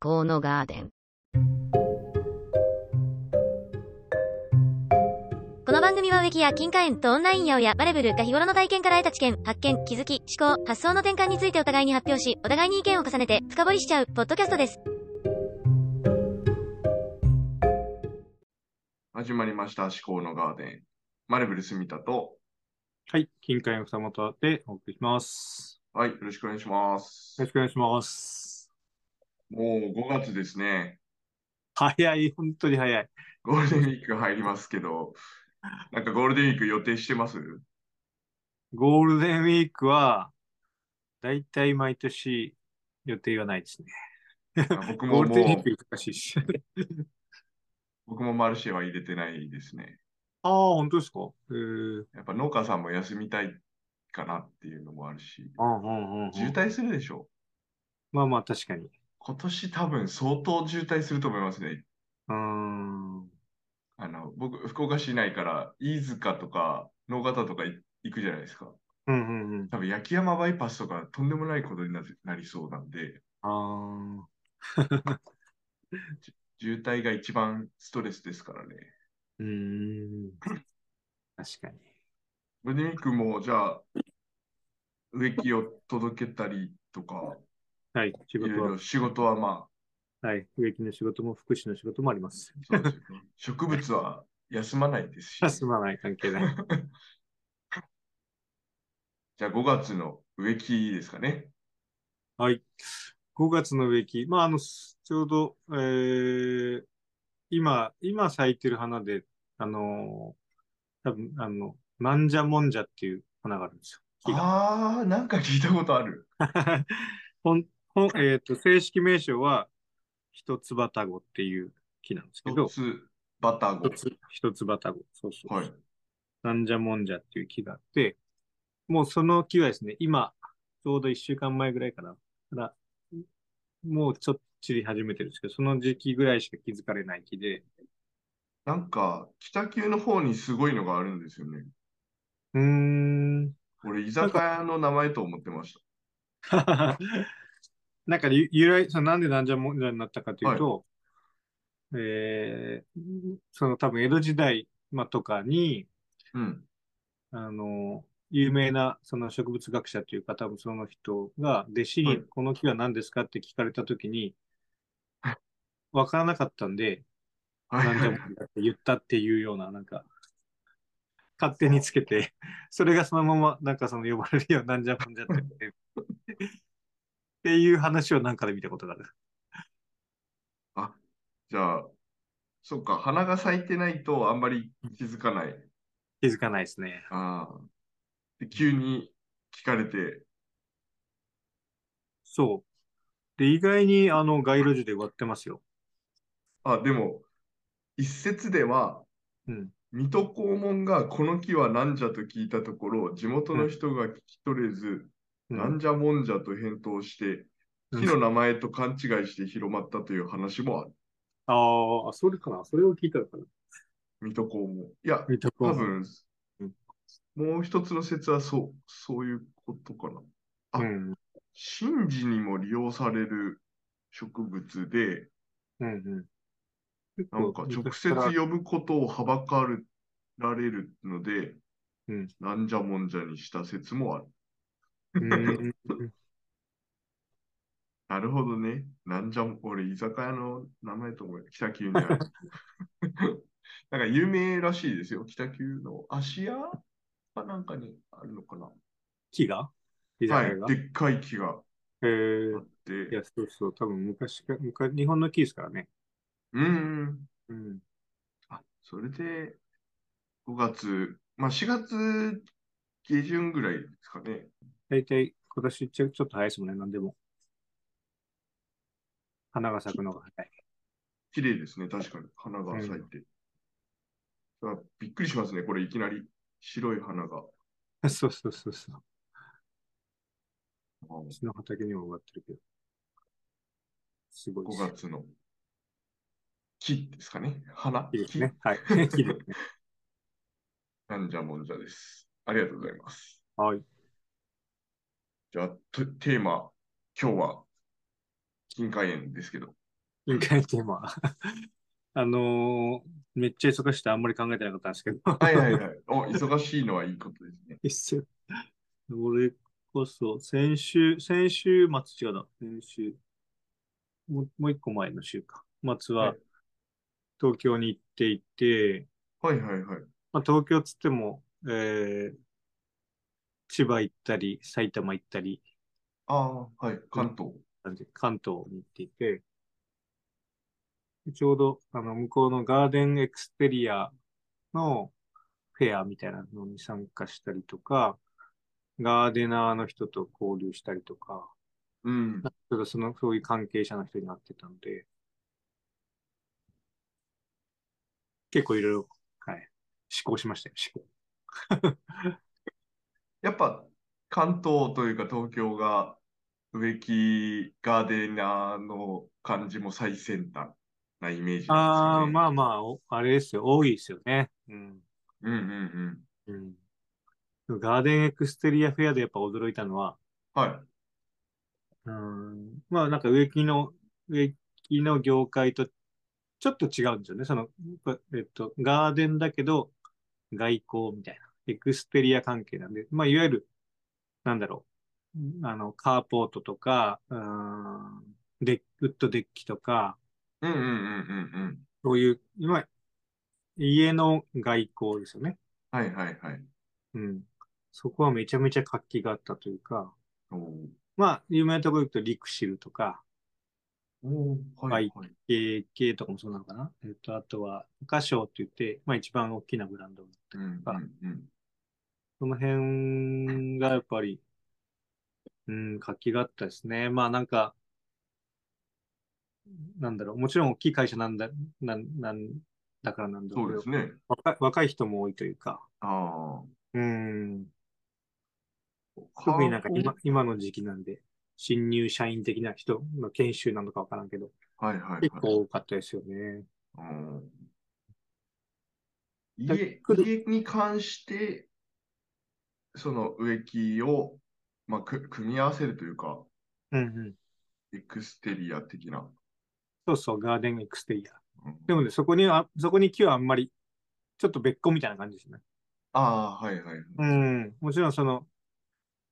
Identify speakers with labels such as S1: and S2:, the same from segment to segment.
S1: 考のガーデン
S2: この番組は植木や金貨園とオンラインややバレブルが日頃の体験から得た知見、発見、気づき、思考、発想の転換についてお互いに発表し、お互いに意見を重ねて深掘りしちゃう、ポッドキャストです。
S3: 始まりました、思考のガーデン。マレブル住田と、
S4: はい、金塊の二股でお送りします。
S3: はい、よろしくお願いします
S4: よろ。しくお願いします。
S3: もう5月ですね。
S4: 早い、本当に早い。
S3: ゴールデンウィーク入りますけど、なんかゴールデンウィーク予定してます
S4: ゴールデンウィークは、だいたい毎年予定はないですね。
S3: 僕
S4: ゴ
S3: も
S4: ールデンウィ
S3: も
S4: ー
S3: う、
S4: ク難しいし。
S3: 僕もマルシェは入れてないですね。
S4: ああ、本当ですかえー、
S3: やっぱ農家さんも休みたいかなっていうのもあるし、
S4: うんうんうんうん。
S3: 渋滞するでしょ
S4: まあまあ、確かに。う
S3: 今年多分相当渋滞すると思いますね。
S4: ーん。
S3: あの、僕、福岡市内から飯塚とか農方とかい行くじゃないですか。
S4: うんうんうん。
S3: 多分、焼山バイパスとかとんでもないことにななりそうなんで、
S4: ああ。
S3: 渋滞が一番ストレスですからね。
S4: うーん。 確かに。
S3: ゴールデンウィークも、じゃあ、植木を届けたりとか、
S4: はい、仕
S3: いろい
S4: 事は
S3: ろ、仕事はま
S4: はい、植木の仕事も福祉の仕事もあります
S3: あ。、そうですよね植物は休まないですし、
S4: 休まない、関係ない。
S3: じゃあ5月の植木ですかね。
S4: はい。5月の植木。まあ、あの、すちょうど、えー今、今咲いてる花で、あのー、多分あの、なんじゃもんじゃっていう花があるんですよ。木が。
S3: ああ、なんか聞いたことある。
S4: ほんほんえっと、正式名称は、一つばたごっていう木なんですけ
S3: 一
S4: ど、
S3: つ、バタゴ
S4: 一。つ、一つばたご。そうそうそう
S3: はい。
S4: なんじゃもんじゃっていう木があって、もうその木はですね、今、ちょうど一週間前ぐらいかな。からもうちょっと散り始めてるんですけど、その時期ぐらいしか気づかれない木で。
S3: なんか、北九の方にすごいのがあるんですよね。
S4: うーん。
S3: 俺、居酒屋の名前と思ってました。
S4: なんかゆ、由来、そのなんでなんじゃもんじゃになったかというと、えーその多分江戸時代、まあ、とかに、
S3: うん。
S4: あの、有名なその植物学者というか、多分その人が弟子
S3: は
S4: に
S3: い
S4: この木は何ですかって聞かれたときに、わからなかったんで、
S3: はい
S4: 何でもって言ったっていうような、なんか、勝手につけて、それがそのまま、なんかその呼ばれるようなんじゃもんじゃってって。っていう話をなんかで見たことがある。
S3: じゃあ、そっか、花が咲いてないとあんまり気づかない。
S4: 気づかないですね。
S3: ああ。で、急に聞かれて、
S4: そう。で、意外にあの街路樹で割ってますよ。
S3: あ、でも、一説では、
S4: うん。
S3: 水戸黄門がこの木はなんじゃと聞いたところ、地元の人が聞き取れず、
S4: うん
S3: なんじゃもんじゃと返答して、
S4: うん
S3: 木の名前と勘違いして広まったという話もある。
S4: ああ、それかな。それを聞いたのかな。
S3: 水戸黄門。いや、
S4: 見たこ
S3: 多
S4: と
S3: 分
S4: うん、
S3: もう一つの説はそう、そういうことかな。あ
S4: うん。
S3: 神事にも利用される植物で、
S4: うんうん。
S3: なんか直接呼ぶことをはばかられるので、
S4: うん
S3: なんじゃもんじゃにした説もある。
S4: うん
S3: なるほどね。なんじゃも、俺、居酒屋の名前と思う。北急にある。 なんか有名らしいですよ。北急の芦屋かなんかにあるのかな。
S4: 木が居酒
S3: は
S4: 屋が、
S3: い。でっかい木があ
S4: え
S3: っ
S4: ー、い
S3: て。
S4: や、そうそう。多分昔か、昔、日本の木ですからね。
S3: うんうん。
S4: うん。
S3: あ、それで、5月、まあ4月下旬ぐらいですかね。
S4: 大体、今年ちょ、ちょっと早いですもんね、なんでも。花が咲くのが早い。
S3: 綺麗ですね、確かに。花が咲いて。あびっくりしますね、これいきなり。白い花が。
S4: そうそうそうそう。
S3: あ5
S4: うちの畑にも植わってるけど。すごいです。
S3: 月の木ですかね。花
S4: 木ですね。はい。 木ですね。
S3: 木なんじゃもんじゃです。ありがとうございます。
S4: はい。
S3: じゃあ、とテーマ、今日は金華園ですけど。
S4: 委員会のテーマ。 あのーめっちゃ忙しくてあんまり考えてなかったんですけど。
S3: はいはいはい。 お、忙しいのはいいことですね。
S4: ですよ。俺こそ、先週、先週末、違うな、先週、もうもう一個前の週か、末
S3: は
S4: はい東京に行っていて、
S3: はいはいはい。
S4: まあ、東京っつっても、えー千葉行ったり、埼玉行ったり、
S3: ああ、はい。関東。
S4: なんで関東に行っていて、ちょうど、あの、向こうのガーデンエクステリアのフェアみたいなのに参加したりとか、ガーデナーの人と交流したりとか、
S3: うん。
S4: ちょっとその、そういう関係者の人になってたので、結構いろいろ、はい、思考しましたよ、思考。
S3: やっぱ関東というか東京が植木ガーデナーの感じも最先端なイメージですよね。
S4: ああ、まあまあ、おあれですよ、多いですよね。うん。
S3: うんうんうん。
S4: うん。ガーデンエクステリアフェアでやっぱ驚いたのは、
S3: は
S4: うん、まあなんか植木の、植木の業界とちょっと違うんですよね。その、えっと、ガーデンだけど外交みたいな、エクステリア関係なんで、まあいわゆる、なんだろう、あの、カーポートとか、うん、デッウッドデッキとか、
S3: い。うんうんうんうんうん。
S4: そういう、今、家の外交ですよね。
S3: はいはいはい。
S4: うん。そこはめちゃめちゃ活気があったというか、
S3: おー
S4: まあ、有名なところ行くとリクシルとか、
S3: おーはいはい。
S4: 系系とかもそうなのかな。えっと、あとは、歌賞って言って、まあ一番大きなブランド。
S3: うんうんうん。
S4: その辺がやっぱり、うん、活気があったですね。まあなんか、なんだろう、もちろん大きい会社なんだ、なん、なんだからなんだろ
S3: そうう
S4: け
S3: で
S4: ど
S3: すね。
S4: 若い、若い人も多いというか、
S3: ああ。
S4: うん、
S3: 特
S4: 特になんか今、今の時期なんで、新入社員的な人の研修なのかわからんけど、
S3: はいはいはい。
S4: 結構多かったですよね。
S3: うん
S4: だ
S3: 家、
S4: 来る
S3: 家に関して、その植木を、まあ、く、組み合わせるというか、
S4: うんうん。
S3: エクステリア的な。
S4: そうそう、ガーデンエクステリア。
S3: うん
S4: でもね、そこには、そこに木はあんまり、ちょっと別個みたいな感じですね。
S3: ああ、はいはいはい。
S4: うん。もちろんその、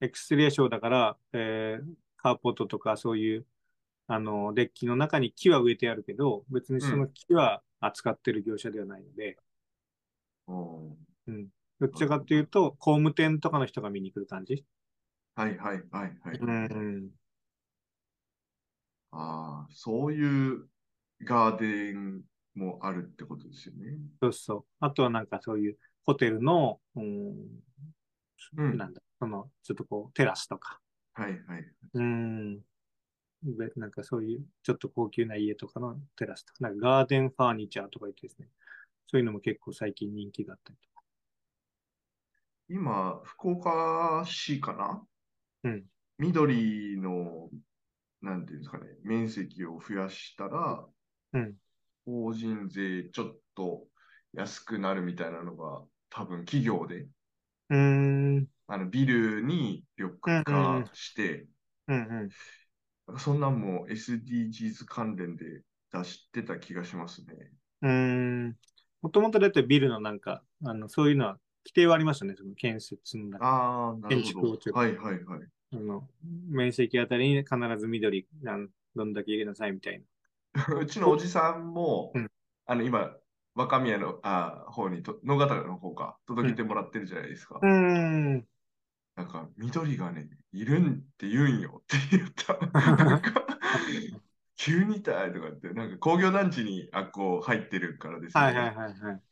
S4: エクステリアショーだから、えー、カーポットとかそういう、あの、デッキの中に木は植えてあるけど、別にその木は扱ってる業者ではないので、
S3: うん
S4: どっちかっていうと、工務店とかの人が見に来る感じ。
S3: はいはいはいはい。
S4: うん。
S3: ああ、そういうガーデンもあるってことですよね。
S4: そうそう。あとはなんかそういうホテルの、うん、
S3: うん。
S4: なんだ、その、ちょっとこう、テラスとか。
S3: はいはい。
S4: うん。でなんかそういう、ちょっと高級な家とかのテラスとか、なんかガーデンファーニチャーとか言ってですね、そういうのも結構最近人気があったりとか。
S3: 今、福岡市かな
S4: うん
S3: 緑の、なんていうんですかね、面積を増やしたら、
S4: うん
S3: 法人税ちょっと安くなるみたいなのが、多分企業で、
S4: うーん、
S3: あのビルに緑
S4: うんうん
S3: 化して、
S4: うん、うん。
S3: なんかそんなんも SDGs 関連で出してた気がしますね。
S4: うーん。もともとだってビルのなんか、あの、そういうのは、規定はありましたね、その建設の中、
S3: ああ、なる
S4: 建
S3: ほ
S4: 築をち
S3: ど。
S4: ょっと
S3: はいはいはい。
S4: あの、面積あたりに必ず緑、なんどんだけ入れなさいみたいな。
S3: うちのおじさんも
S4: うん、
S3: あの今、若宮のあ方にと、野方の方か、届けてもらってるじゃないですか。
S4: うーん。
S3: なんか、緑がね、いるんって言うんよって言った。 なんか、急にたいとかって、なんか工業団地にあこう入ってるからですね。
S4: はいはいはいはい。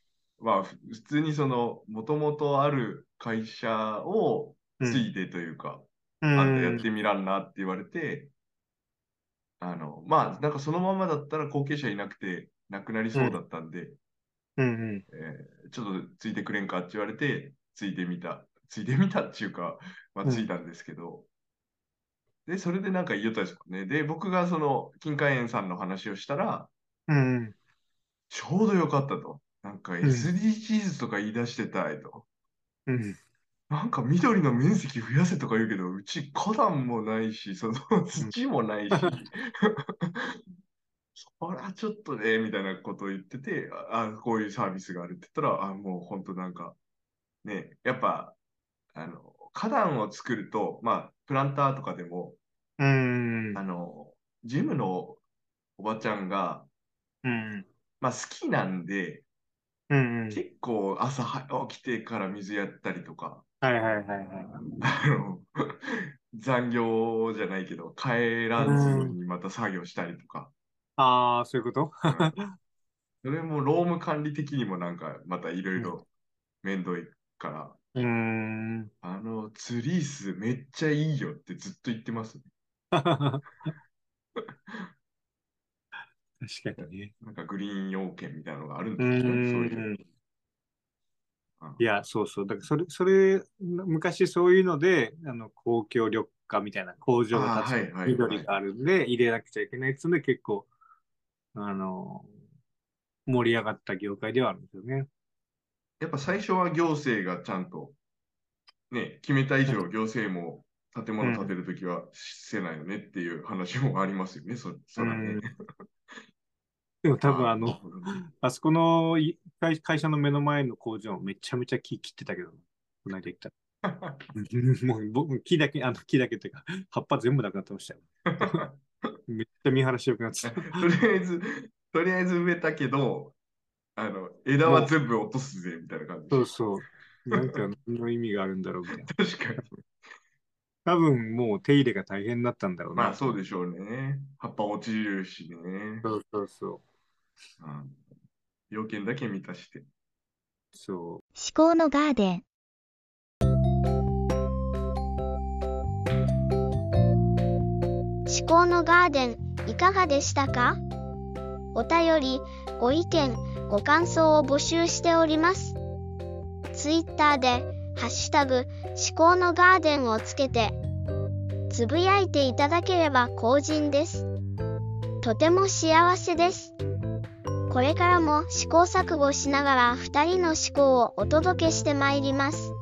S3: まあ、ふ普通にその、もともとある会社を
S4: うん
S3: 継いでというか、
S4: う
S3: あんたやっ
S4: ん。
S3: てみらんなって言われて、あの、まあ、なんかそのままだったら後継者いなくて、亡くなりそうだったんで、
S4: うんうん。
S3: えーちょっとついてくれんかって言われて、ついてみた。ついてみたっていうか、まあ、
S4: うん
S3: ついたんですけど、で、それでなんか言いよったんですもんね。で、僕がその、金華園さんの話をしたら、
S4: うんうん。
S3: ちょうどよかったと。なんか
S4: ん
S3: SDGs とか言い出してたいと。
S4: うん。
S3: なんか緑の面積増やせとか言うけど、うち花壇もないし、その土もないし、 そらちょっとね、みたいなことを言ってて、あ、あこういうサービスがあるって言ったら、あ、もう本当なんか、ね、やっぱ、あの、花壇を作ると、まあ、プランターとかでも、
S4: うん。
S3: あの、ジムのおばちゃんが、
S4: うん。
S3: まあ好きなんで、
S4: うん。
S3: 結構朝は起きてから水やったりとか、
S4: はいはいはいはい。
S3: あの、 残業じゃないけど、帰らずにまた作業したりと か、
S4: ああ、そういう こと
S3: それも労務管理的にもなんかまたいろいろ面倒いから、
S4: うーん。
S3: あの、ツリースめっちゃいいよってずっと言ってますね。
S4: 確かにね。
S3: なんかグリーン要件みたいなのがあるん
S4: う
S3: ですよね、そういう。
S4: ん。いや、そうそう。だから、それ、それ、昔そういうので、あの、公共緑化みたいな工場が
S3: あーはい
S4: 建つ、
S3: はいはい
S4: 緑があるんで、入れなくちゃいけないっつうんで、結構、あの、盛り上がった業界ではあるんですよね。
S3: やっぱ最初は行政がちゃんと、ね、決めた以上行政も建物建てるときはせないよねっていう話もありますよね、そ、そら
S4: う
S3: ね
S4: ん。でも多分
S3: あーな
S4: あ
S3: る
S4: の、
S3: ほどね
S4: あそこのい会会社の目の前の工場、めちゃめちゃ木切ってたけど、この間行った。 もう僕、木だけ、あの木だけっていうか、葉っぱ全部なくなってましたよ。めっちゃ見晴らしよくなって た。
S3: とりあえず、とりあえず植えたけど、あの、枝は全部落とすぜ、みたいな感じ。
S4: そうそう。なんか何の意味があるんだろうみたいな。
S3: 確かに。
S4: 多分もう手入れが大変だったんだろうな。
S3: まあそうでしょうね。葉っぱ落ちるしね。
S4: そうそうそう。
S3: うん要件だけ満たして。
S4: そう。
S2: 思考のガーデン。
S1: 思考のガーデンいかがでしたかお便り、ご意見、ご感想を募集しております。ツイッターで、ハッシュタグ、思考のガーデンをつけて、つぶやいていただければ幸甚です。とても幸せです。これからも試行錯誤しながら2人の思考をお届けしてまいります。